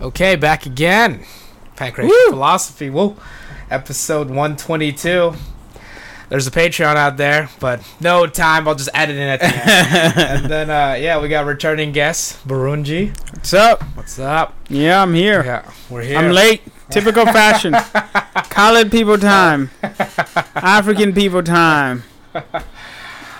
Okay, back again. Pancreas Philosophy. Woo! Episode 122. There's a Patreon out there, but no time. I'll just add it in at the end. and then, uh, yeah, we got returning guests, Barunji. What's up? What's up? Yeah, I'm here. Yeah, we're here. I'm late. Typical fashion. Colored people time. African people time.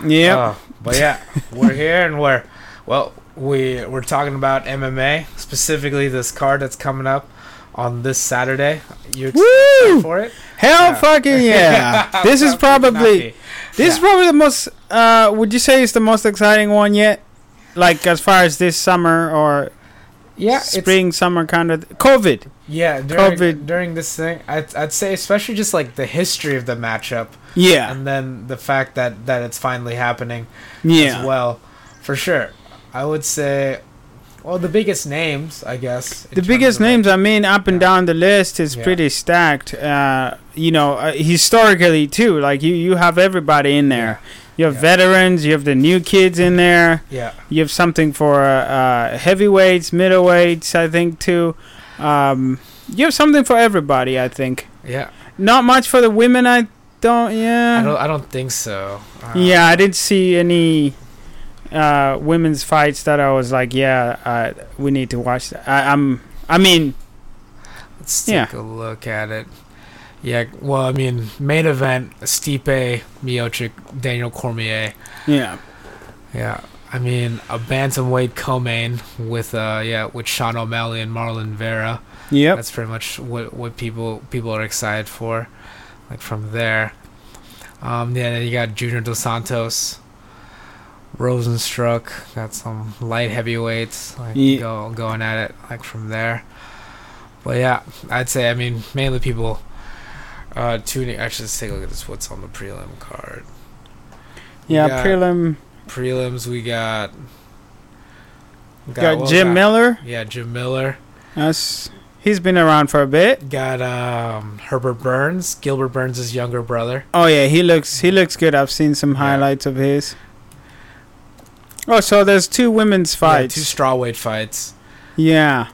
Yep. Oh, but yeah, we're here and we're well, we we're talking about MMA specifically this card that's coming up on this Saturday. You excited Woo! for it? Hell yeah. fucking yeah. this is How could you not probably be? this is Yeah. probably the most uh would you say it's the most exciting one yet? Like as far as this summer or yeah it's- spring summer kind of COVID. yeah during, COVID. during this thing. I'd, I'd say especially just like the history of the matchup Yeah. and then the fact that that it's finally happening Yeah. as well, for sure. I would say, well, the biggest names, I guess. in the terms biggest of, like, names, I mean, up and Yeah. down the list is Yeah. pretty stacked. Uh, you know, uh, historically too. Like you, you have everybody in there. You have Yeah. veterans. You have the new kids in there. Yeah, You have something for uh, uh, heavyweights, middleweights, I think too. Um, you have something for everybody, I think. yeah. Not much for the women. I don't. Yeah. I don't. I don't think so. Uh, Uh. yeah, I didn't see any uh, women's fights that I was like, yeah, uh, we need to watch that. I, I'm. I mean. Let's Yeah. take a look at it. Yeah, well, I mean, main event: Stipe Miocic, Daniel Cormier. Yeah. Yeah, I mean, a bantamweight co-main with uh, yeah, with Sean O'Malley and Marlon Vera. Yep. That's pretty much what what people people are excited for. Like from there, um, yeah, then you got Junior Dos Santos, Rosenstruck. Got some light heavyweights like Ye- go, going at it like from there. But yeah, I'd say I mean mainly people uh, tuning. Actually, let's take a look at this. What's on the prelim card? yeah, got- prelim Prelims we got. we got what Jim was that? Miller. Yeah, Jim Miller. That's he's been around for a bit. Got um, Herbert Burns, Gilbert Burns' younger brother. Oh yeah, he looks he looks good. I've seen some Yeah. highlights of his. Oh, so there's two women's Yeah, two fights. strawweight fights. Yeah.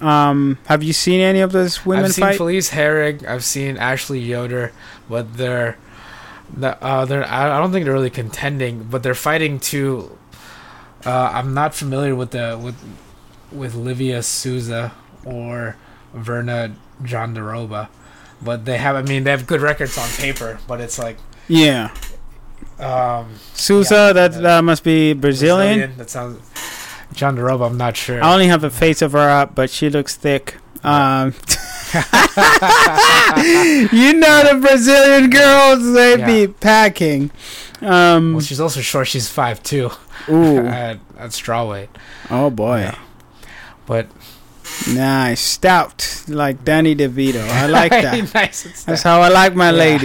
Um, have you seen any of those women I've seen fight? Felice Herrig. I've seen Ashley Yoder, but they're, the- uh, they're. I I don't think they're really contending, but they're fighting two. Uh, I'm not familiar with the with with Livia Souza or Verna Jondaroba, but they have. I mean, they have good records on paper, but it's like yeah. um, Sousa, Yeah. that that must be Brazilian. That sounds. Jondaroba. I'm not sure. I only have a face of her up, but she looks thick. Um, you know the Brazilian girls, they Yeah. be packing. Um, Well, she's also short. She's five two ooh, at, at strawweight. oh boy. Yeah. But Nice, stout, like Danny DeVito. I like that. nice. It's That's how I like my Yeah.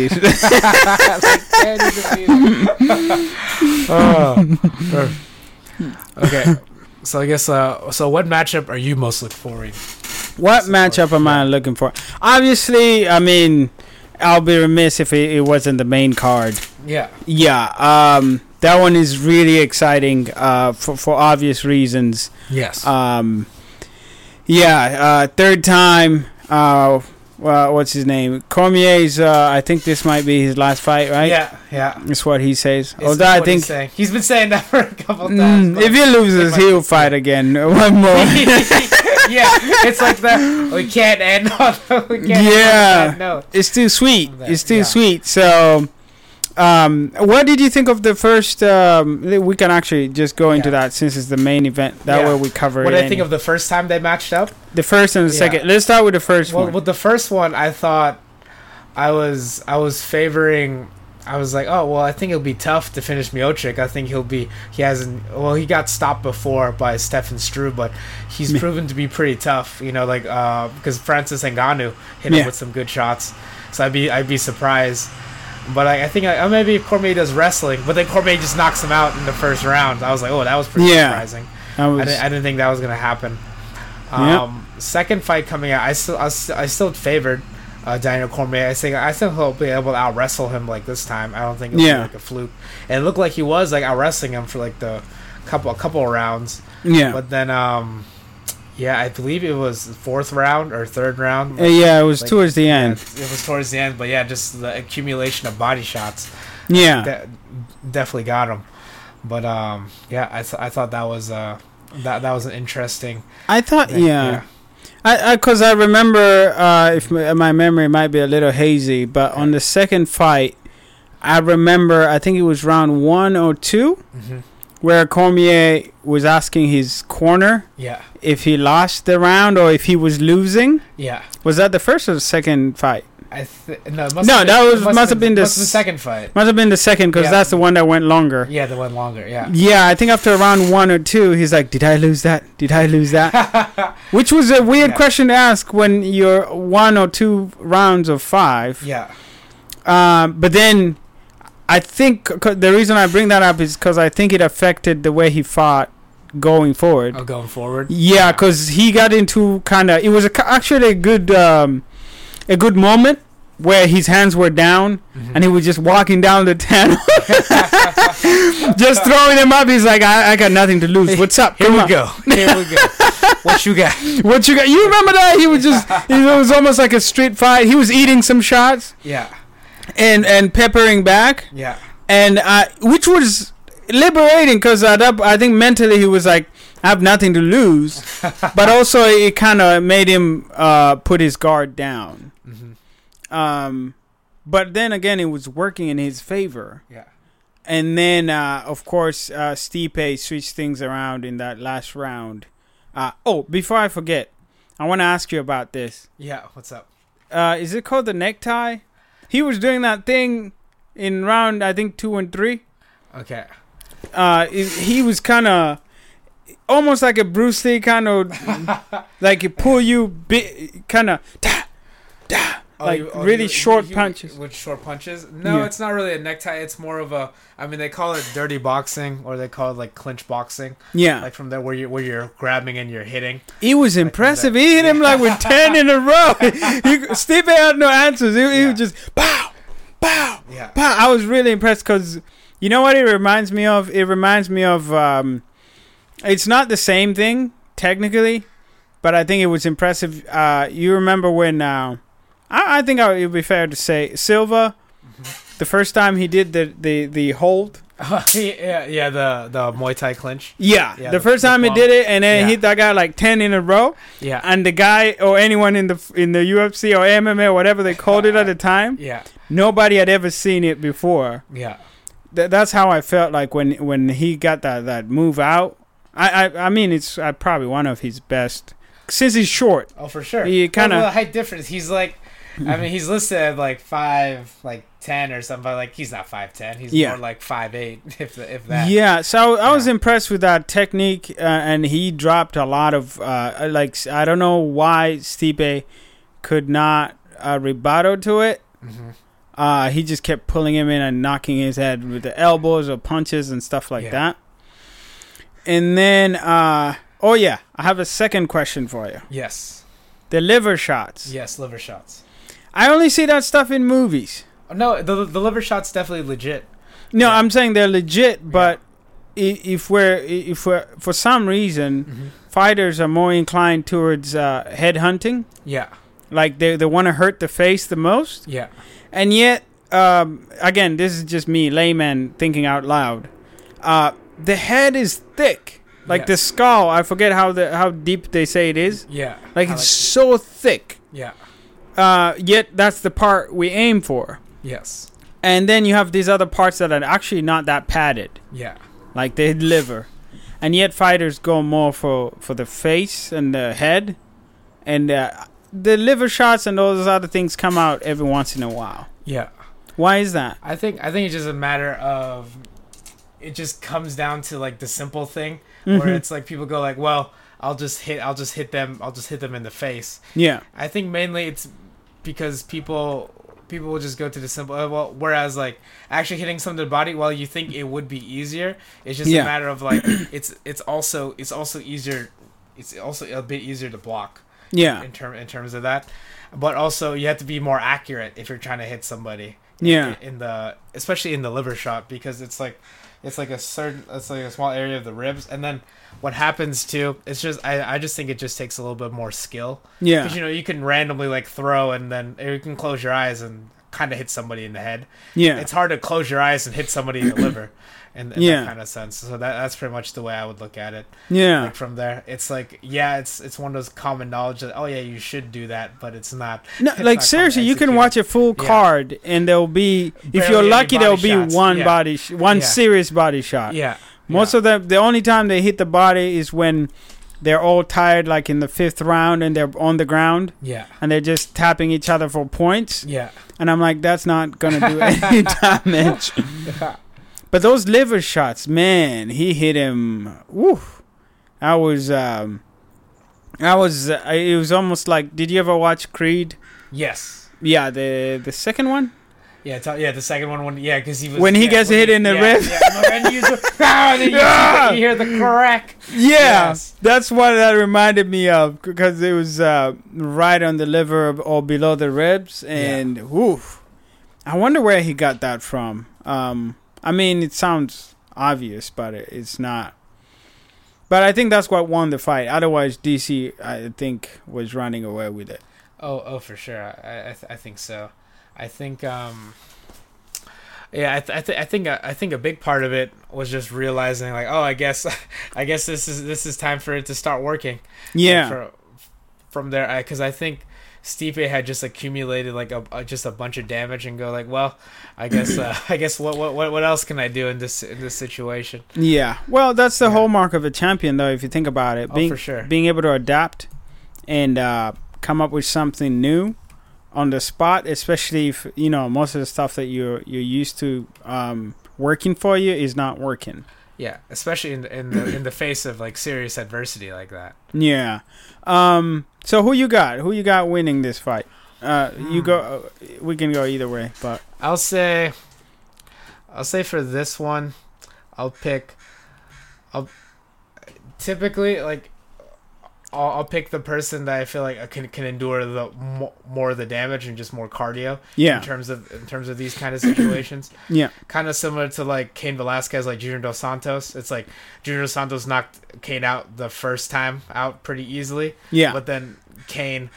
ladies. oh, sure. okay. So I guess uh, so. What matchup are you most looking forward? what That's the part, matchup am I looking for? Obviously, I mean, I'll be remiss if it, it wasn't the main card. Yeah. Yeah, um, that one is really exciting uh, for, for obvious reasons. Yes. Um, yeah, uh, third time. Uh, well, what's his name? Cormier's. Uh, I think this might be his last fight, right? yeah. Yeah. That's what he says. It's Although I what he's think saying. he's been saying that for a couple times. mm, but- if he loses, might- he'll fight again. One more. yeah, it's like that. We can't end on. We can't Yeah. End on that note. it's too sweet. That- It's too yeah. sweet. So, um, what did you think of the first? Um, we can actually just go into Yeah. that since it's the main event. That Yeah. way we cover What it. I think of the first time they matched up. the first and the Yeah. second. Let's start with the first Well, one. with the first one, I thought I was I was favoring. I was like, oh well, I think it'll be tough to finish Miocic. I think he'll be he hasn't. Well, he got stopped before by Stefan Struve, but he's Yeah. proven to be pretty tough. You know, like because Francis Ngannou hit him Yeah. with some good shots, so I'd be I'd be surprised. But I, I think I, oh, maybe Cormier does wrestling, but then Cormier just knocks him out in the first round. I was like, oh, that was pretty Yeah. surprising. That I was- didn't, I didn't think that was gonna happen. Yeah. Um, Second fight coming out, I still I still, I still favored uh, Daniel Cormier. I think I still hope he'll be able to out wrestle him like this time. I don't think it'll Yeah. be like a fluke. And it looked like he was like out wrestling him for like the couple a couple of rounds, yeah. but then um, Yeah, I believe it was fourth round or third round. Uh, yeah, it was Like- towards the end. It was towards the end, but yeah, just the accumulation of body shots Yeah. that definitely got him. But um, yeah, I, th- I thought that was uh that that was an interesting. I thought, thing. yeah. I because I, remember uh, if my, my memory might be a little hazy, but on the second fight, I remember I think it was round one or two Mhm. where Cormier was asking his corner yeah, if he lost the round or if he was losing. yeah. Was that the first or the second fight? I th- no, it No, have that been- it was- must have been the must have s- second fight. Must have been the second because Yeah. that's the one that went longer. Yeah, the one longer. Yeah, Yeah, I think after round one or two, he's like, "Did I lose that? Did I lose that?" Which was a weird Yeah. question to ask when you're one or two rounds of five. yeah, Um, but then, I think c- the reason I bring that up is because I think it affected the way he fought going forward. oh, going forward. Yeah, because he got into kind of it was a, ki- actually a good um, a good moment where his hands were down Mhm. and he was just walking down the tunnel, just throwing them up. He's like, I, I got nothing to lose. What's up? Here Come we on." go. Here we go. what you got? What you got? You remember that? He was just, it was almost like a street fight. He was eating some shots Yeah, and, and peppering back, yeah, and uh, which was liberating because at that, I think mentally he was like, I have nothing to lose. but also, it kind of made him uh, put his guard down. hmm Um, but then again, it was working in his favor. yeah. And then, uh, of course, uh, Stipe switched things around in that last round. Uh, oh, before I forget, I want to ask you about this. Yeah, what's up? Uh, is it called the necktie? He was doing that thing in round, I think, two and three. Okay. Uh, he he was kind of almost like a Bruce Lee kind of like he pull you, bi- kind of Like, really short punches. With short punches? No, Yeah. it's not really a necktie. It's more of a. I mean, they call it dirty boxing, or they call it like clinch boxing, yeah. like from there where you where you're grabbing and you're hitting. He was impressive. He hit him like with ten in a row. he, Steve had no answers. He, he Yeah. was just pow, pow, Yeah. pow. I was really impressed because you know what it reminds me of? It reminds me of. Um, it's not the same thing technically, but I think it was impressive. Uh, you remember when? Uh, I, I think I, it would be fair to say Silva, Mm-hmm. the first time he did the the the hold. yeah, yeah. The the Muay Thai clinch. Yeah, Yeah, the the- first the time he bomb. did it, and then Yeah. he hit that guy like ten in a row Yeah. and the guy or anyone in the in the UFC or MMA or whatever they called it at Uh, the time, Yeah. nobody had ever seen it before. Yeah. Th- that's how I felt like when when he got that that move out. I I, I mean it's uh, probably one of his best since he's short. Oh, for sure. He kinda- Well, the height difference. He's like, I mean, he's listed at like five, like ten or something. But like, he's not five ten. He's Yeah. more like five eight, if if that. Yeah, so I was Yeah. impressed with that technique, uh, and he dropped a lot of uh, like I don't know why Stipe could not uh, rebuttal to it. Mhm. Uh, he just kept pulling him in and knocking his head with the elbows or punches and stuff like Yeah. that. And then, uh, oh yeah, I have a second question for you: Yes. the liver shots. Yes. Liver shots. Oh, I only see that stuff in movies. No, the the liver shots definitely legit. No, Yeah. I'm saying they're legit, but i if we're i- if we're for some reason Mhm. fighters are more inclined towards uh, head hunting, Yeah. like they they want to hurt the face the most. Yeah. And yet, um, again, this is just me, layman, thinking out loud. Uh, the head is thick, like the Yes. skull. I forget how the how deep they say it is. Yeah. Like I it's so thick. yeah. Uh, yet that's the part we aim for. Yes. And then you have these other parts that are actually not that padded, Yeah. like the liver. And yet fighters go more for for the face and the head, and uh, the liver shots and all those other things come out every once in a while. Yeah. Why is that? I think I think it's just a matter of it just comes down to like the simple thing where Mhm. it's like people go like, "Well, I'll just hit I'll just hit them. I'll just hit them in the face." Yeah. I think mainly it's because people people will just go to the simple uh, well whereas like actually hitting something to the body while you think it would be easier it's just Yeah. a matter of like it's it's also it's also easier it's also a bit easier to block Yeah. in term in terms of that. But also, you have to be more accurate if you're trying to hit somebody. Yeah. In the especially in the liver shot because it's like It's like a certain, it's like a small area of the ribs, and then what happens too? It's just I, I just think it just takes a little bit more skill. Yeah. Because you know you can randomly like throw and then or you can close your eyes and kind of hit somebody in the head. yeah. It's hard to close your eyes and hit somebody in the liver, in, in Yeah. that kind of sense. So that, that's pretty much the way I would look at it. yeah. Like from there, it's like yeah, it's it's one of those common knowledge that oh yeah, you should do that, but it's not. No, it's like not seriously, you can executed. watch a full Yeah. card, and there'll be if Barely you're any lucky, body there'll be shots. one Yeah. body, sh- one Yeah. serious body shot. Yeah. Most yeah. of them, the only time they hit the body is when they're all tired, like in the fifth round, and they're on the ground yeah. and they're just tapping each other for points. Yeah. And I'm like, that's not gonna do any damage. But those liver shots, man, he hit him. Woo! I was, um, I was. Uh, it was almost like. Did you ever watch Creed? Yes. Yeah, the the second one. Yeah, it's- yeah. The second one, when yeah, because he was When he yeah, gets hit in the yeah, rib. Yeah, no, and he's- ah, and then you, Yeah. you hear the crack. Yeah, Yes. that's what that reminded me of because it was uh, right on the liver or below the ribs, and whew, I wonder where he got that from. Um, I mean, it sounds obvious, but it, it's not. But I think that's what won the fight. Otherwise, DC, I think, was running away with it. Oh, oh, for sure. I, I, th- I think so. I think, um, yeah, I, th- I, th- I think, uh, I think a big part of it was just realizing, like, oh, I guess, I guess this is this is time for it to start working. Yeah, For- from there, because I, think Stipe had just accumulated like a, a- just a bunch of damage, and go like, well, I guess, uh, I guess, what, what, what, what else can I do in this in this situation? yeah. Well, that's the Yeah. hallmark of a champion, though, if you think about it. Oh, Being for sure. being able to adapt and uh, come up with something new on the spot, especially if you know most of the stuff that you're you're used to um, working for you is not working. Yeah, especially in in the, in the face of like serious adversity like that. Yeah. Um, so who you got? Who you got winning this fight? Uh, You Hmm. go. Uh, we can go either way, but I'll say, I'll say for this one, I'll pick. I'll typically like. I'll, I'll pick the person that I feel like uh, can can endure the mo- more of the damage and just more cardio in yeah, terms of in terms of these kind of situations. yeah, kind of similar to like Kane Velasquez, like Junior Dos Santos. It's like Junior Dos Santos knocked Kane out the first time out pretty easily. yeah, But then Kane,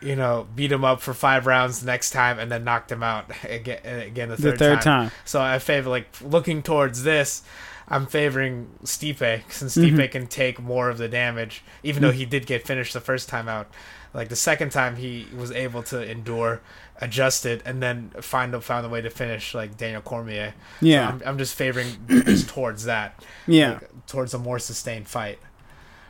you know, beat him up for five rounds the next time, and then knocked him out again, again the the third, third time. time. So I favor like looking towards this. I'm favoring Stipe since Stipe Mhm. can take more of the damage, even though Mm-hmm. he did get finished the first time out. Like the second time, he was able to endure, adjust it, and then find found a way to finish like Daniel Cormier. So Yeah, I'm, I'm just favoring just towards that, yeah. like, towards a more sustained fight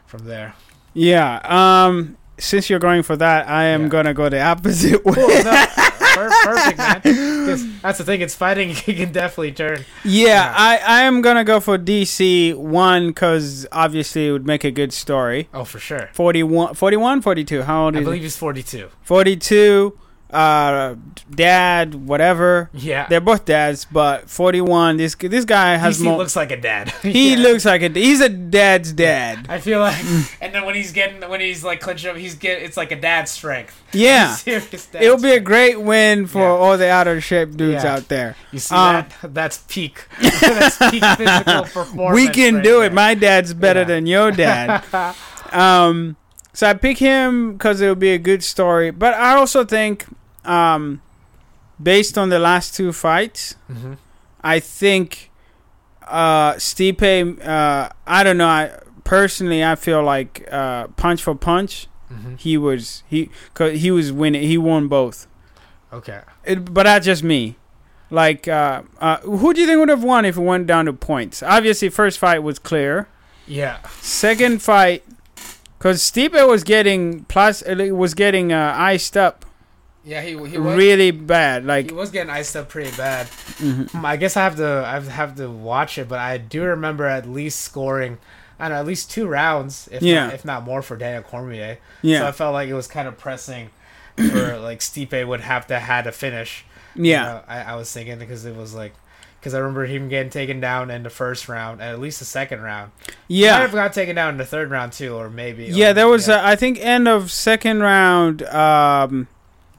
from there. Yeah. Um since you're going for that, I am Yeah. gonna go the opposite way. Cool. No, per- perfect, man. 'Cause That's the thing. It's fighting. He can definitely turn. Yeah, Yeah. I, I am gonna go for DC one because obviously it would make a good story. Oh, for sure. 41, 41 42, How old I is believe he? he's 42. Forty two. Uh, dad, whatever. Yeah. They're both dads, but forty one. This this guy has DC more. looks like a dad. he Yeah. looks like a he's a dad's dad. I feel like, Mm. and then when he's getting, when he's like clinching up, he's get, it's like a dad's strength. Yeah, Serious dad it'll be a strength. great win for Yeah. all the out of shape dudes Yeah. out there. You see uh, that? That's peak. That's peak physical performance. we can right do there. it. My dad's better Yeah. than your dad. um, so I pick him because it'll be a good story. But I also think, um, based on the last two fights, Mhm. I think uh, Stipe. Uh, I don't know. I personally, I feel like uh, punch for punch, Mhm. he was he 'cause he was winning. He won both. Okay. It, but that's just me. Like, uh, uh, who do you think would have won if it went down to points? Obviously, first fight was clear. Yeah. Second fight, because Stipe was getting plus was getting uh, iced up Yeah. He he was really bad. Like, he was getting iced up pretty bad. mhm. Um, I guess I have to I have to watch it, but I do remember at least scoring, I don't know, at least two rounds, if Yeah. not, if not more, for Daniel Cormier. So I yeah, felt like it was kind of pressing for like Stipe would have to had a finish. You yeah, know, I, I was thinking because it was like because I remember him getting taken down in the first round and at least the second round. He might yeah, have got taken down in the third round too, or maybe. yeah. or- There was uh, I think end of second round. Um,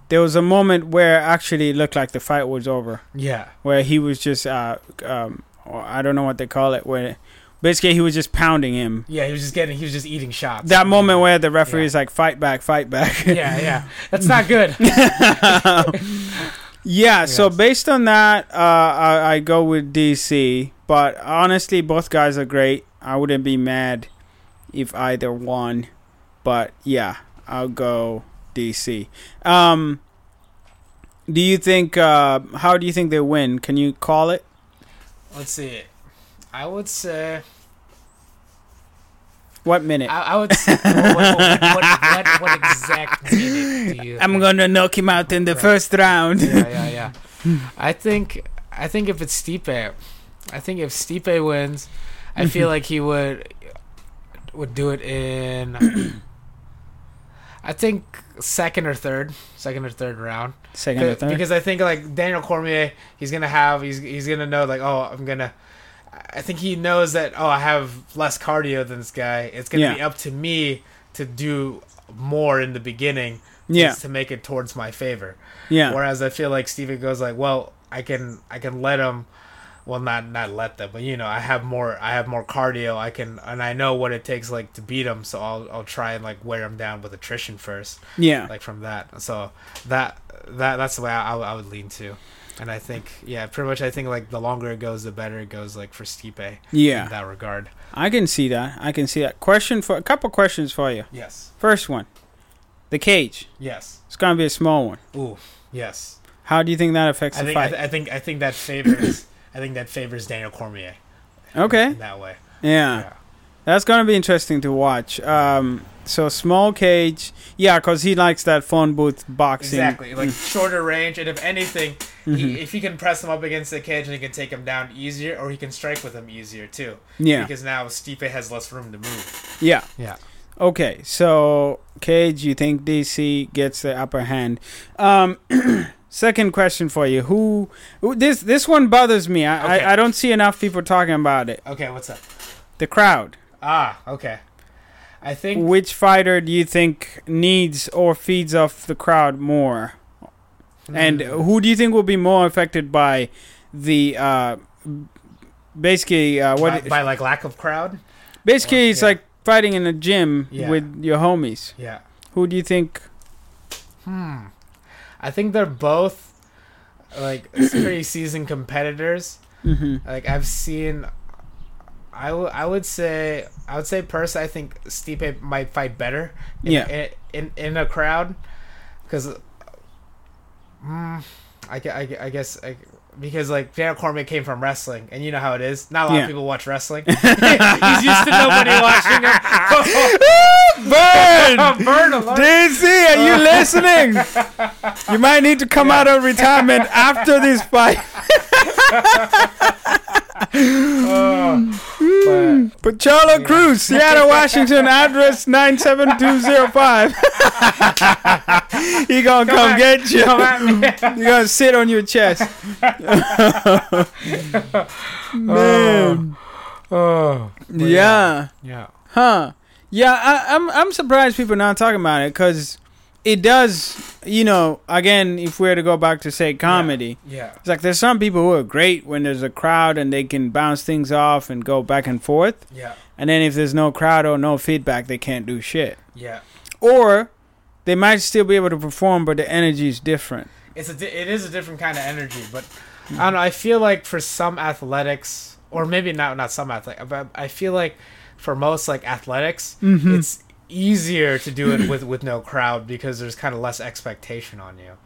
there was a moment where actually it looked like the fight was over, yeah. where he was just uh, um, or I don't know what they call it, where basically he was just pounding him. Yeah, he was just getting, he was just eating shots. That moment where the referee Yeah. is like, fight back, fight back. yeah, yeah, that's not good. yeah, so Yes. based on that, uh, I, I go with DC. But honestly, both guys are great. I wouldn't be mad if either won. But yeah, I'll go DC. Um, do you think? Uh, how do you think they win? Can you call it? Let's see. I would say, What minute? I, I would say, what, what, what, what, what exact minute do you? I'm gonna knock him out in the Right. first round. yeah, yeah, yeah. I think I think if it's Stipe, I think if Stipe wins, I feel like he would would do it in. I think second or third, second or third round, Second or because, third? I think like Daniel Cormier, he's gonna have he's he's gonna know like oh I'm gonna. I think he knows that oh I have less cardio than this guy. It's gonna be Yeah. up to me to do more in the beginning yeah, just to make it towards my favor. yeah, Whereas I feel like Steven goes like, well, I can I can let him, well not not let them, but you know I have more I have more cardio I can and I know what it takes like to beat him, so I'll I'll try and like wear him down with attrition first, yeah. like from that. So that that that's the way I, I, would- I would lean to, and I think yeah, pretty much I think like the longer it goes, the better it goes like for Stipe in Yeah, that regard. I can see that. I can see that. Question for a couple questions for you. Yes, First one, the cage. yes, It's gonna be a small one. ooh, yes. How do you think that affects I the think I, fight? th- I think I think that favors I think that favors Daniel Cormier. Okay. in that way. yeah. yeah. that's gonna be interesting to watch. Um, so small cage, yeah, because he likes that phone booth boxing. Exactly, like Mm. shorter range, and if anything, Mhm. he, if he can press him up against the cage and he can take him down easier, or he can strike with him easier too, Yeah, because now Stipe has less room to move. yeah, Yeah. Okay, so cage, you think DC gets the upper hand? Um, second question for you: Who? who- This this one bothers me. I, Okay. I I don't see enough people talking about it. Okay, what's up? The crowd. Ah, okay. I think Which fighter do you think needs or feeds off the crowd more? And Hmm. Mm. who do you think will be more affected by the uh, basically uh, by, what? by like lack of crowd? basically, it's yeah. like fighting in a gym Yeah. with your homies. Yeah. Who do you think? Hmm. I think they're both like pretty seasoned competitors. hmm Like I've seen, I, w- I would say I would say personally I think Stipe might fight better. In, Yeah. In in, in a crowd, because, mm, I, gue- I, gue- I guess I, because like Daniel Cormier came from wrestling, and you know how it is. Not a lot Yeah. of people watch wrestling. He's used to nobody watching him. Burn! Burn alert. DC, are you listening? You might need to come out of retirement after this fight. Oh, but- Pacholo Cruz, Seattle, Washington, address 97205. he gonna come, Come at- get you. come at you gonna sit on your chest. Oh, Man. oh. yeah. Yeah. Huh. Yeah, I, I'm I'm surprised people not talking about it because it does, you know, again, if we were to go back to, say, comedy, Yeah. it's like there's some people who are great when there's a crowd and they can bounce things off and go back and forth. Yeah. And then if there's no crowd or no feedback, they can't do shit. Yeah. or they might still be able to perform, but the energy is different. it's a di- it is a different kind of energy but i don't know i feel like for some athletics or maybe not not some athletic but i feel like for most like athletics Mhm. it's easier to do it with with no crowd because there's kind of less expectation on you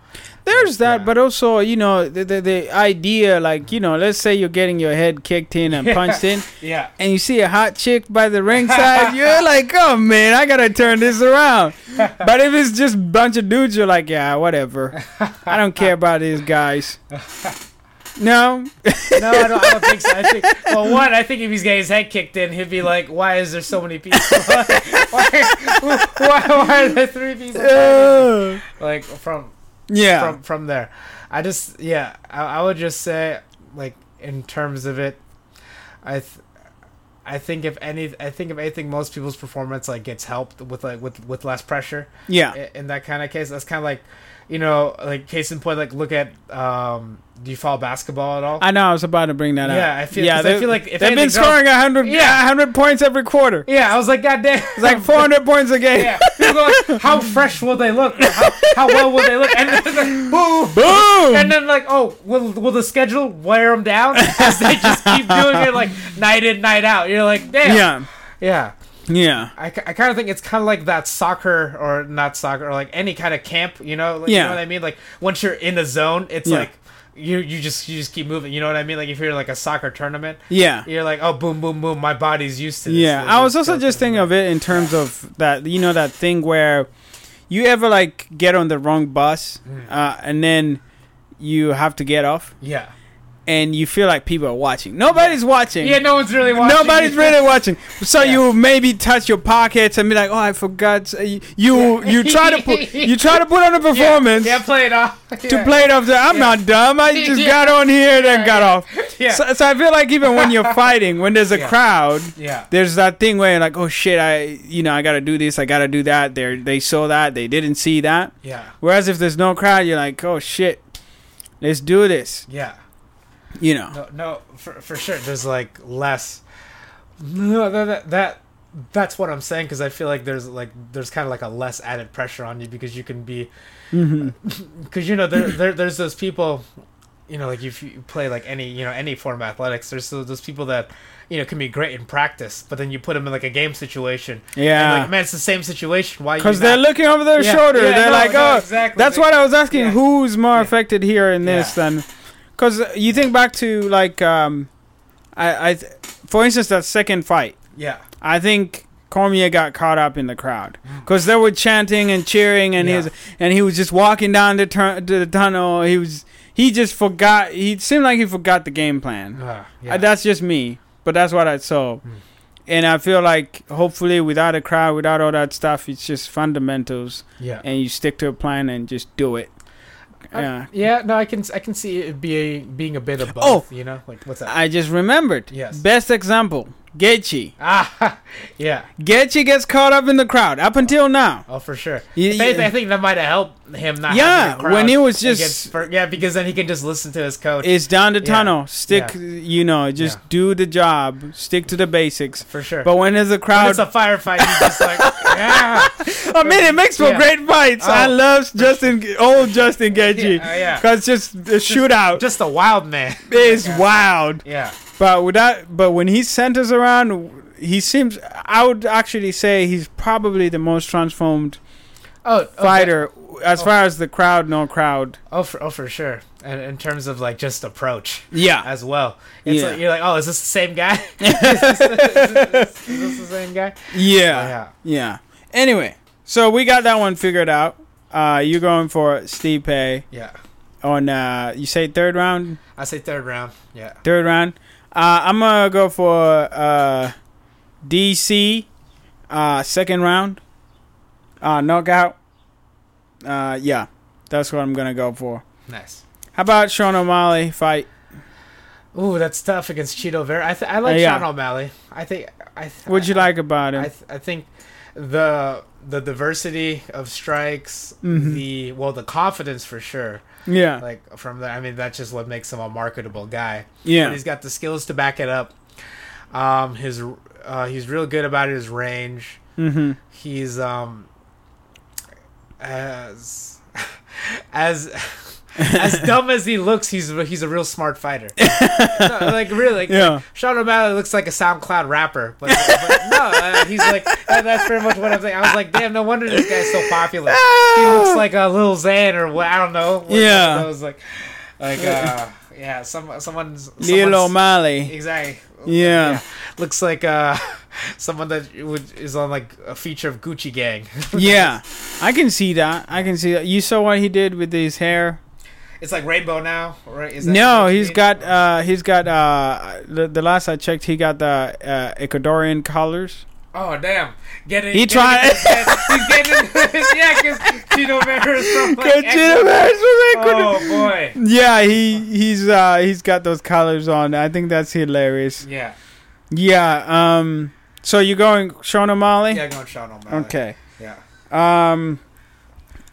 There's that, Yeah. but also you know the, the the idea, like you know, let's say you're getting your head kicked in and punched in, yeah and you see a hot chick by the ringside, you're like, oh man, I gotta turn this around. But if it's just a bunch of dudes, you're like, yeah, whatever, I don't care about these guys. No, no i don't, I don't think so i think well one i think if he's getting his head kicked in he'd be like why is there so many people why, why, why are there three people Uh, like from yeah, from from there. I just yeah, I, I would just say like in terms of it, I th- I think if any, I think if anything, most people's performance like gets helped with like with with less pressure. Yeah. i- in that kind of case. That's kind of like, you know, like case in point, like look at um, do you follow basketball at all? I know. I was about to bring that up. Yeah, I feel- 'cause I they, feel like if they've been anything, they'll- scoring 100, Yeah. 100 points every quarter. yeah, I was like, God damn, It's like 400 points a game. Yeah, people go like, how fresh will they look? How, how well will they look? And then it's like, boom. Boom! And then like, oh, will will the schedule wear them down as they just keep doing it like night in, night out? You're like, damn. yeah. yeah. Yeah. I, kind of think it's kind of like that soccer or not soccer or like any kind of camp, you know? Like, You Yeah. know what I mean? Like once you're in a zone, it's Yeah. like you you just you just keep moving. You know what I mean? Like if you're in, like a soccer tournament, Yeah. you're like, oh, boom, boom, boom. My body's used to this. Yeah, This I is was also good. just thinking of it in terms of that, you know, that thing where you ever like get on the wrong bus Mm. uh, and then you have to get off yeah, and you feel like people are watching. Nobody's watching. yeah. No one's really watching. Nobody's really watching. So Yeah. you maybe touch your pockets and be like, "Oh, I forgot." Uh, You you, Yeah. you try to put you try to put on a Yeah, performance Yeah, play it off. to play it off. The, I'm not dumb. I just Yeah. got on here and then got off. Yeah, So, so I feel like even when you're fighting, when there's a Yeah. crowd, yeah, there's that thing where you're like, oh shit, I you know I gotta do this, I gotta do that. They they saw that, they didn't see that. yeah, Whereas if there's no crowd, you're like, oh shit, let's do this. yeah. You know, No, no, for for sure. There's like less. No, that that, that that's what I'm saying because I feel like there's like there's kind of like a less added pressure on you because you can be Mm-hmm. because you know there, there there's those people you know like if you play like any you know any form of athletics there's those those people that you know can be great in practice but then you put them in like a game situation Yeah. and like man it's the same situation why because they're looking over their Yeah. shoulder. Yeah, they're no, like, no, oh, exactly. that's They- what I was asking. Yeah. Who's more Yeah. affected here in this than? Because you think back to like, um, I I, th- for instance, that second fight. yeah I think Cormier got caught up in the crowd because they were chanting and cheering, and he Mm. Yeah. was and he was just walking down the, tur- to the tunnel. He was he just forgot. He it seemed like he forgot the game plan. uh, Uh, yeah Mm. that's just me, but that's what I saw. And I feel like hopefully without a crowd, without all that stuff, it's just fundamentals, yeah and you stick to a plan and just do it. Um, Yeah. yeah no I can I can see it be being a bit of Oh. both you know like what's that I just remembered. Yes. Best example, Gaethje. ah yeah Gaethje gets caught up in the crowd. Up until now, Oh, for sure. Yeah, If anything, yeah. I think that might have helped him not. Yeah, having a crowd when he was just- against Fer- yeah, because then he can just listen to his coach It's down the Yeah. tunnel. Stick, you know, just Yeah. do the job. Stick to the basics. for sure. But when there's a When crowd, it's a firefight, he's just like, yeah, I mean, it makes for Yeah. great fights. I Oh. love Justin, old Justin Gaethje, Yeah, uh, yeah. cause just the shootout just a wild man. is Yeah. wild. Yeah, But without, but when he centers around, he seems. I would actually say he's probably the most transformed oh, oh, fighter as Oh. far as the crowd, no crowd. that- Oh, for, oh, for sure. And in terms of like just approach Yeah, as well, it's Yeah. like, you're like, oh, is this the same guy? is, this, is this- is this the same guy? yeah. Yeah, Yeah. Anyway, so we got that one figured out. Uh, you're going for Stipe yeah. on uh, you say third round, I say third round. Yeah, third round. Uh, I'm gonna go for uh, DC uh, second round uh, knockout. Uh, yeah, that's what I'm gonna go for. nice. How about Sean O'Malley fight? Ooh, that's tough against Cheeto Vera. I, th- I like Uh, yeah. Sean O'Malley. I think. I th- What'd you I- like about I, him? th- I think the the diversity of strikes, Mm-hmm. the well, the confidence for sure. Yeah, Like from there, I mean, that's just what makes him a marketable guy. But yeah, he's got the skills to back it up. Um, his uh, he's real good about his range. mm-hmm. He's um as as. As dumb as he looks, he's he's a real smart fighter. No, like really, like, yeah, Sean O'Malley looks like a SoundCloud rapper, but, but no, uh, he's like that- that's pretty much what I'm saying. I was like, damn, no wonder this guy's so popular. He looks like a Lil Xan or what? I don't know. Yeah. I was like, like uh, yeah, some someone's Lil someone's- O'Malley. exactly. Yeah, Looks like uh, someone that would, is on like a feature of Gucci Gang. yeah, I can see that. I can see that. You saw what he did with his hair. It's like Rainbow now, right? Is No, what you he's mean? got uh he's got uh the, the last I checked he got the uh Ecuadorian collars. Oh damn! Get it. He get tried- it, He's getting into this. Yeah, because Tito Vera is from like. Cochino Bears from Ecuador. Oh boy. Yeah, he he's uh he's got those collars on. I think that's hilarious. Yeah. Yeah. Um. So you're going Sean O'Malley? Yeah, going Sean O'Malley. Okay. Yeah. Um.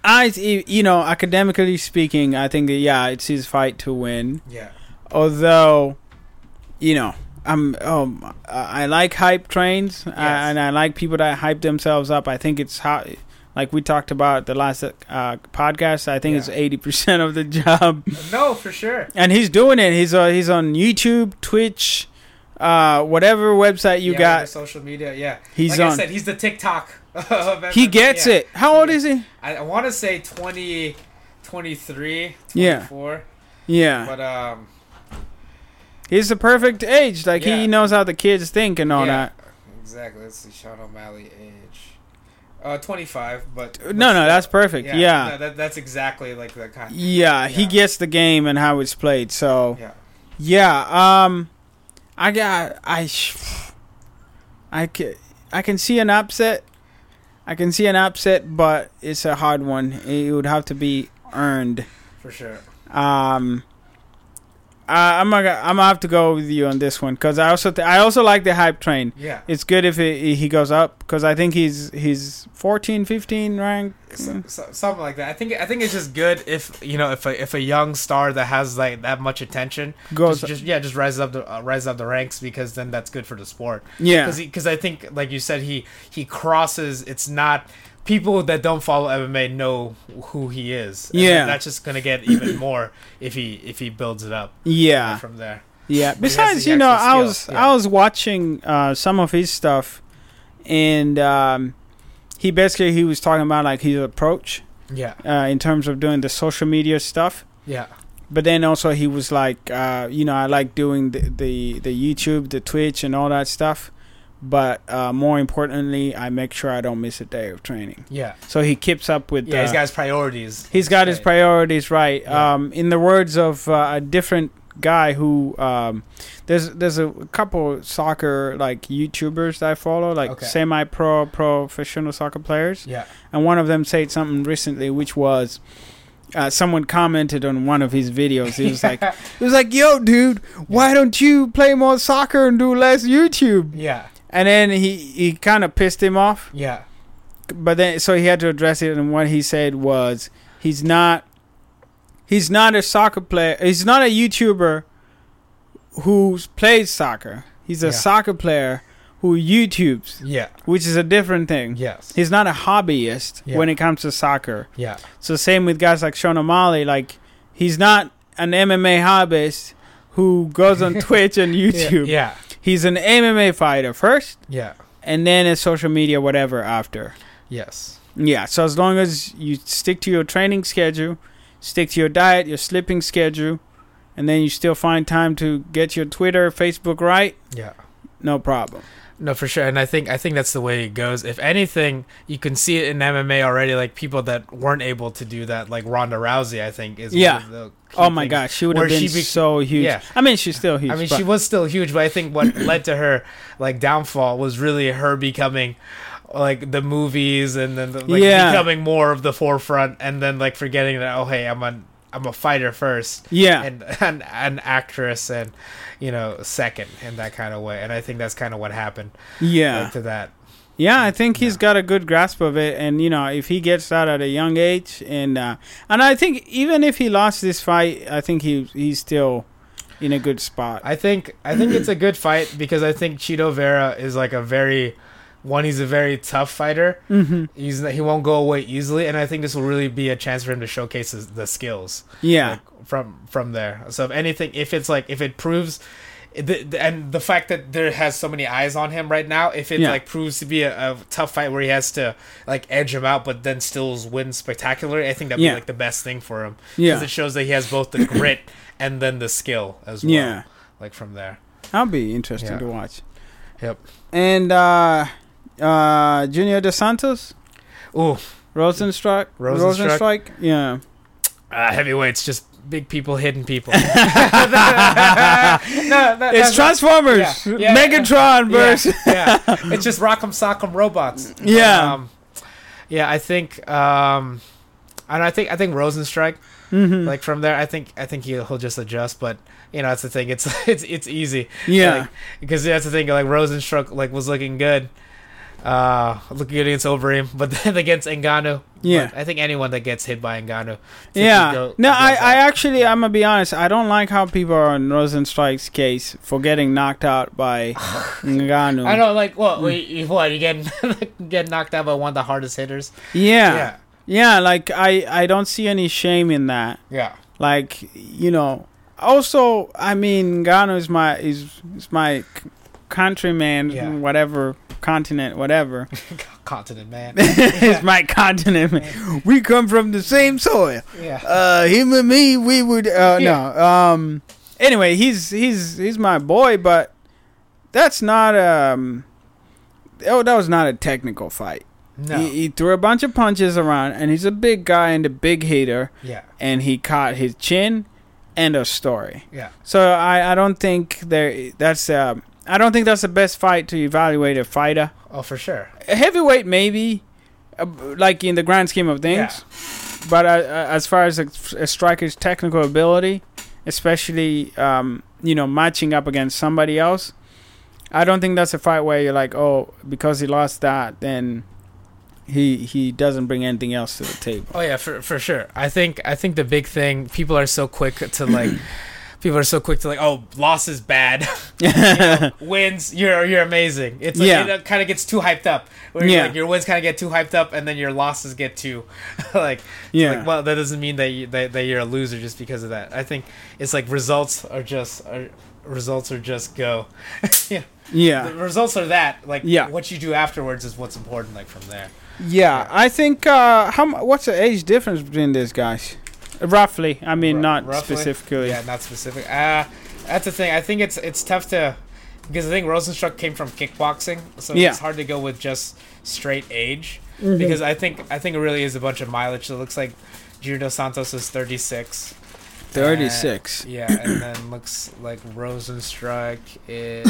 I you know academically speaking, I think that, yeah, it's his fight to win. Yeah. Although, you know, I'm um I I like hype trains uh, and I like people that hype themselves up. I think it's how like we talked about the last uh, podcast. I think it's Yeah. eighty percent of the job. No, for sure. and he's doing it. He's uh, he's on YouTube, Twitch, uh, whatever website you Yeah, whatever got. social media. Yeah. He's like I on. said, he's the TikTok. Of he everything, gets yeah. it. How old is he? I, I want to say 20, 23, Yeah. 24. Yeah, But um, he's the perfect age. Like Yeah. he knows how the kids think and all yeah, exactly. Let's see, Sean O'Malley age. Uh, 25, but that. Uh, No, no, that's perfect. Yeah, yeah, no, that, that's exactly like the kind. he Yeah. gets the game and how it's played. So Yeah, yeah, um, I got I, sh- I can I can see an upset. I can see an upset, but it's a hard one. It would have to be earned. for sure. Um, I, I'm gonna I'm gonna have to go with you on this one because I also th- I also like the hype train. Yeah, It's good if it, he goes up because I think he's he's 14, 15 rank. so, so, something like that. I think I think it's just good if you know if a if a young star that has like that much attention Goes just, just yeah just rises up the uh, rises up the ranks because then that's good for the sport. yeah because because I think like you said he he crosses. It's not people that don't follow MMA know who he is. And Yeah. that's just gonna get even more if he if he builds it up yeah from there. yeah. has Besides, the you know, actual I skill, was yeah. I was watching uh, some of his stuff, and um, he basically he was talking about like his approach Yeah, uh, in terms of doing the social media stuff. yeah, but then also he was like uh, you know i like doing the, the the youtube the twitch and all that stuff but uh, more importantly i make sure i don't miss a day of training yeah, so he keeps up with yeah. uh, He's got his priorities. he's got his Right. priorities right Yeah. um, in the words of uh, a different guy who um, there's there's a couple soccer like youtubers that i follow like Okay. semi pro professional soccer players Yeah, and one of them said something recently which was uh, someone commented on one of his videos he was like he was like yo dude why don't you play more soccer and do less youtube yeah, and then he he kind of pissed him off yeah, but then so he had to address it and what he said was he's not he's not a soccer player he's not a youtuber who plays soccer he's a Yeah. soccer player who youtubes yeah. which is a different thing Yes. he's not a hobbyist Yeah. when it comes to soccer. Yeah. So same with guys like Sean O'Malley, like he's not an MMA hobbyist who goes on Twitch and YouTube. Yeah. He's an MMA fighter first Yeah. and then a social media whatever after. Yes. Yeah, so as long as you stick to your training schedule, stick to your diet, your sleeping schedule, and then you still find time to get your Twitter, Facebook right, Yeah. no problem. No, for sure, and I think I think that's the way it goes. If anything, you can see it in MMA already. Like people that weren't able to do that, like Ronda Rousey, I think is Yeah. One of the key Oh my things. gosh, she would have Where been she bec- so huge. Yeah. I mean, she's still huge. I mean, but- she was still huge, but I think what led to her like downfall was really her becoming like the movies and then the, like Yeah. becoming more of the forefront, and then like forgetting that oh hey, I'm a I'm a fighter first, yeah. and and an actress, and you know second in that kind of way, and I think that's kind of what happened yeah. like, to that. Yeah, I think he's got a good grasp of it, and you know, if he gets that at a young age, and uh, and I think even if he lost this fight, I think he he's still in a good spot. I think I think it's a good fight because I think Cheeto Vera is like a very one. He's a very tough fighter. hmm He's he won't go away easily, and I think this will really be a chance for him to showcase his, the skills. Yeah, like, from from there. So if anything, if it's like if it proves. The, the- and the fact that there has so many eyes on him right now, if it Yeah. like proves to be a, a tough fight where he has to like edge him out, but then still wins spectacularly, I think that'd Yeah. be like the best thing for him because yeah, it shows that he has both the grit and then the skill as well. yeah. like from there. That'll be interesting Yeah. to watch. Yep. And uh, uh, Junior De Santos, Ooh, Rosenstruck, Rosenstruck. Rosenstruck, yeah. uh, heavyweights, just big people, hidden people. no, that- that's- It's Transformers, yeah, yeah. Megatron versus yeah, yeah. it's just rock'em sock'em robots. But, Yeah. um, yeah. I think, um, and I think I think Rosenstrike Mm-hmm. Like from there, I think I think he'll, he'll just adjust. But you know, that's the thing. It's it's it's easy. yeah. like, because that's the thing. Like Rosenstruck like was looking good, uh, looking good against Overeem, but then against Engano. Yeah. I think anyone that gets hit by Engano. yeah. no, I, I actually, I'm going to be honest. I don't like how people are on Rosenstrike's case for getting knocked out by Ngannou. I don't like what we what you get get knocked out by one of the hardest hitters. Yeah. yeah. like, I, I don't see any shame in that. yeah, Like, you know. Also, I mean, Ngannou is my, is, is my c- countryman, Yeah. whatever, continent, whatever. yeah. continent man. it's my continent. man. We come from the same soil. Yeah, uh him and me we would uh no um anyway he's he's he's my boy but that's not um oh that was not a technical fight no, he, he threw a bunch of punches around and he's a big guy and a big hitter yeah, and he caught his chin end of story yeah. so i i don't think there that's um i don't think that's the best fight to evaluate a fighter Oh, for sure. a heavyweight maybe uh, like in the grand scheme of things but uh, uh, as far as a, a striker's technical ability, especially um, you know matching up against somebody else, I don't think that's a fight where you're like, oh, because he lost that, then he he doesn't bring anything else to the table. Oh yeah, for for sure. I think I think the big thing people are so quick to like. People are so quick to like, oh, loss is bad. wins, you're you're amazing. It's like Yeah. it kind of gets too hyped up. Where you're Yeah. like, your wins kind of get too hyped up, and then your losses get too, like, yeah, like well, that doesn't mean that, you, that that you're a loser just because of that. I think it's like results are just are, results are just go. yeah, the yeah, results are that. Like, Yeah. what you do afterwards is what's important. Like from there, yeah. I think uh, how mu- what's the age difference between these guys? Roughly, I mean, Ru- not roughly? specifically. yeah, not specific. Uh that's the thing. I think it's it's tough to because I think Rosenstruck came from kickboxing, so Yeah. Mm-hmm. it's hard to go with just straight age. because I think I think it really is a bunch of mileage. So it looks like Junior Dos Santos is 36. Thirty-six. Yeah, and then looks like Rosenstruck is.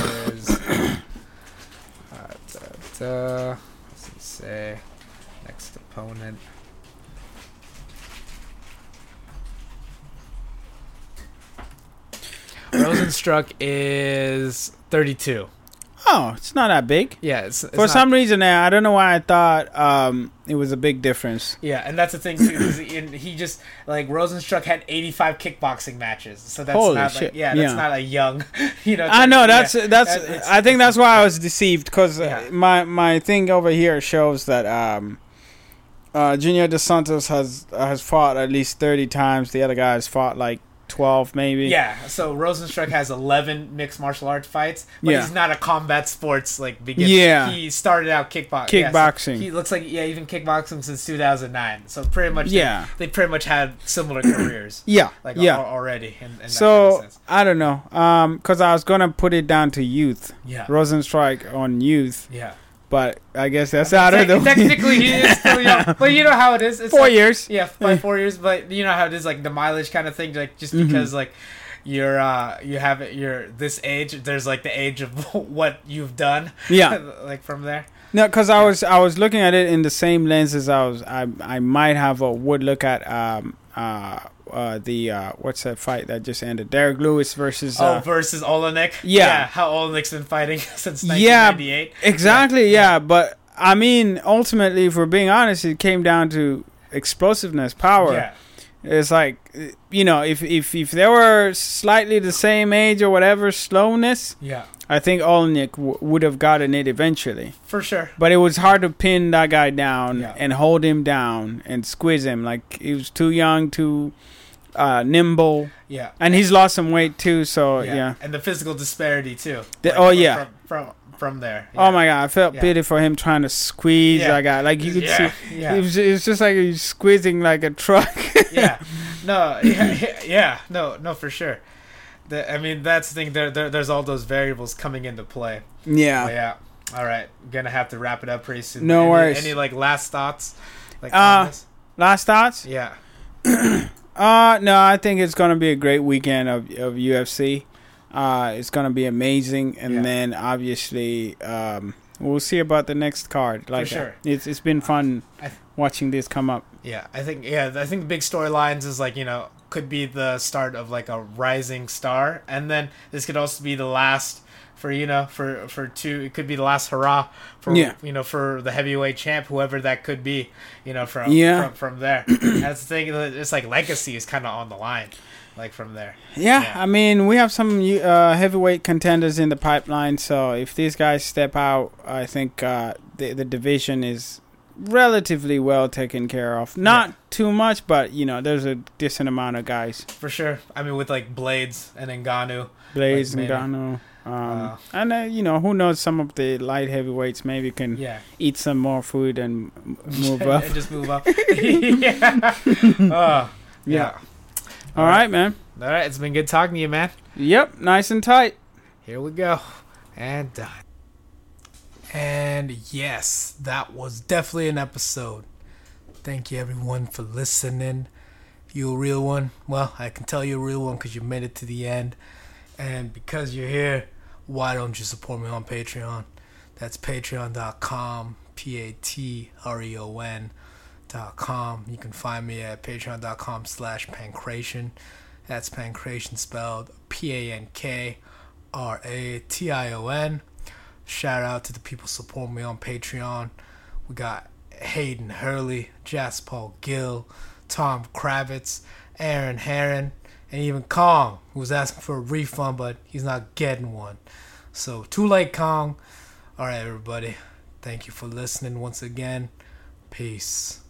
uh, da, da, let's see, say next opponent. Rosenstruck is 32. Oh, it's not that big. Yeah, it's, it's For not- some reason, eh, I don't know why I thought um, it was a big difference. Yeah, and that's the thing too. 'cause he, and he just like Rosenstruck had 85 kickboxing matches, so that's Holy not like shit, yeah, that's yeah. not a young, you know. I know yeah, that's that's. that- it's- I think that's why I was deceived because Yeah. my my thing over here shows that um, uh, Junior Dos Santos has has fought at least thirty times. The other guy has fought like twelve, maybe. Yeah, so Rosenstruck has 11 mixed martial arts fights, but Yeah. he's not a combat sports like beginner. Yeah. he started out kickboxing. Kickboxing. he looks like yeah, even kickboxing since 2009. So pretty much they- Yeah. they, pretty much had similar careers Yeah. like yeah. al- already. In, in that so kind of sense. I don't know. Um, because I was gonna put it down to youth, yeah, Rosenstrike on youth, yeah. but I guess that's out of the Te- technically he is still young, but you know how it is. It's four like- years. Yeah, by four years, but you know how it is, like the mileage kind of thing. Like just Mm-hmm. because like you're uh you have it, you're this age. There's like the age of what you've done. Yeah. like from there. No, because I was I was looking at it in the same lens as I was I I might have or would look at um uh uh the uh what's that fight that just ended Derek Lewis versus oh, uh, versus Olenek. Yeah. how Olenek's been fighting since Yeah. 1998. exactly yeah. but I mean ultimately if we're being honest it came down to explosiveness power Yeah, it's like eh, you know if if if they were slightly the same age or whatever slowness yeah, I think Olnick w- would have gotten it eventually. for sure. But it was hard to pin that guy down Yeah. and hold him down and squeeze him. Like he was too young, too uh, nimble, Yeah. and he's lost some weight too. So Oh, yeah. and the physical disparity too. The- oh, from- yeah. from from, from there. Oh my god, I felt Yeah. pity for him trying to squeeze Yeah. that guy. Like you could yeah, see, yeah. it, was, it was just like he was squeezing like a truck. yeah, no, yeah, yeah, no, no, for sure. The, I mean, that's the thing. There, there, there's all those variables coming into play. Oh, But yeah. yeah. All right, gonna have to wrap it up pretty soon. Uh, No any, worries. Any like last thoughts? Like Uh, on this? Last thoughts? yeah, Uh, no, I think it's gonna be a great weekend of of UFC. Uh, it's gonna be amazing, and Yeah. then obviously, um, we'll see about the next card. Like, uh, sure. it's it's been fun I th- watching this come up. Yeah, I think yeah, I think the big storylines is like you know could be the start of like a rising star, and then this could also be the last for you know for for two. It could be the last hurrah for Yeah. you know for the heavyweight champ, whoever that could be. You know from Yeah. from, from there. That's the thing. It's like legacy is kind of on the line, like from there. Yeah, Yeah. I mean, we have some uh, heavyweight contenders in the pipeline, so if these guys step out, I think uh, the the division is relatively well taken care of. Not too much, but you know, there's a decent amount of guys. For sure. I mean, with like Blades and Ngannou. Blaze Like, and maybe. Gano. Um, Uh, and uh, you know who knows some of the light heavyweights maybe can Yeah. eat some more food and m- move up. and just move up. yeah. Oh, yeah. Yeah. All right, man. All right. It's been good talking to you, man. Yep, nice and tight. Here we go. And done. And yes, that was definitely an episode. Thank you everyone for listening. You a real one? Well, I can tell you're a real one because you made it to the end. And because you're here, why don't you support me on Patreon? That's patreon.com, P A T R E O N dot com. You can find me at patreon.com slash pancration. That's pancration spelled P A N K R A T I O N. Shout out to the people supporting me on Patreon. We got Hayden Hurley, Jas Paul Gill, Tom Kravitz, Aaron Herron, and even Kong, who was asking for a refund, but he's not getting one. So, too late, Kong. All right, everybody. Thank you for listening once again. Peace.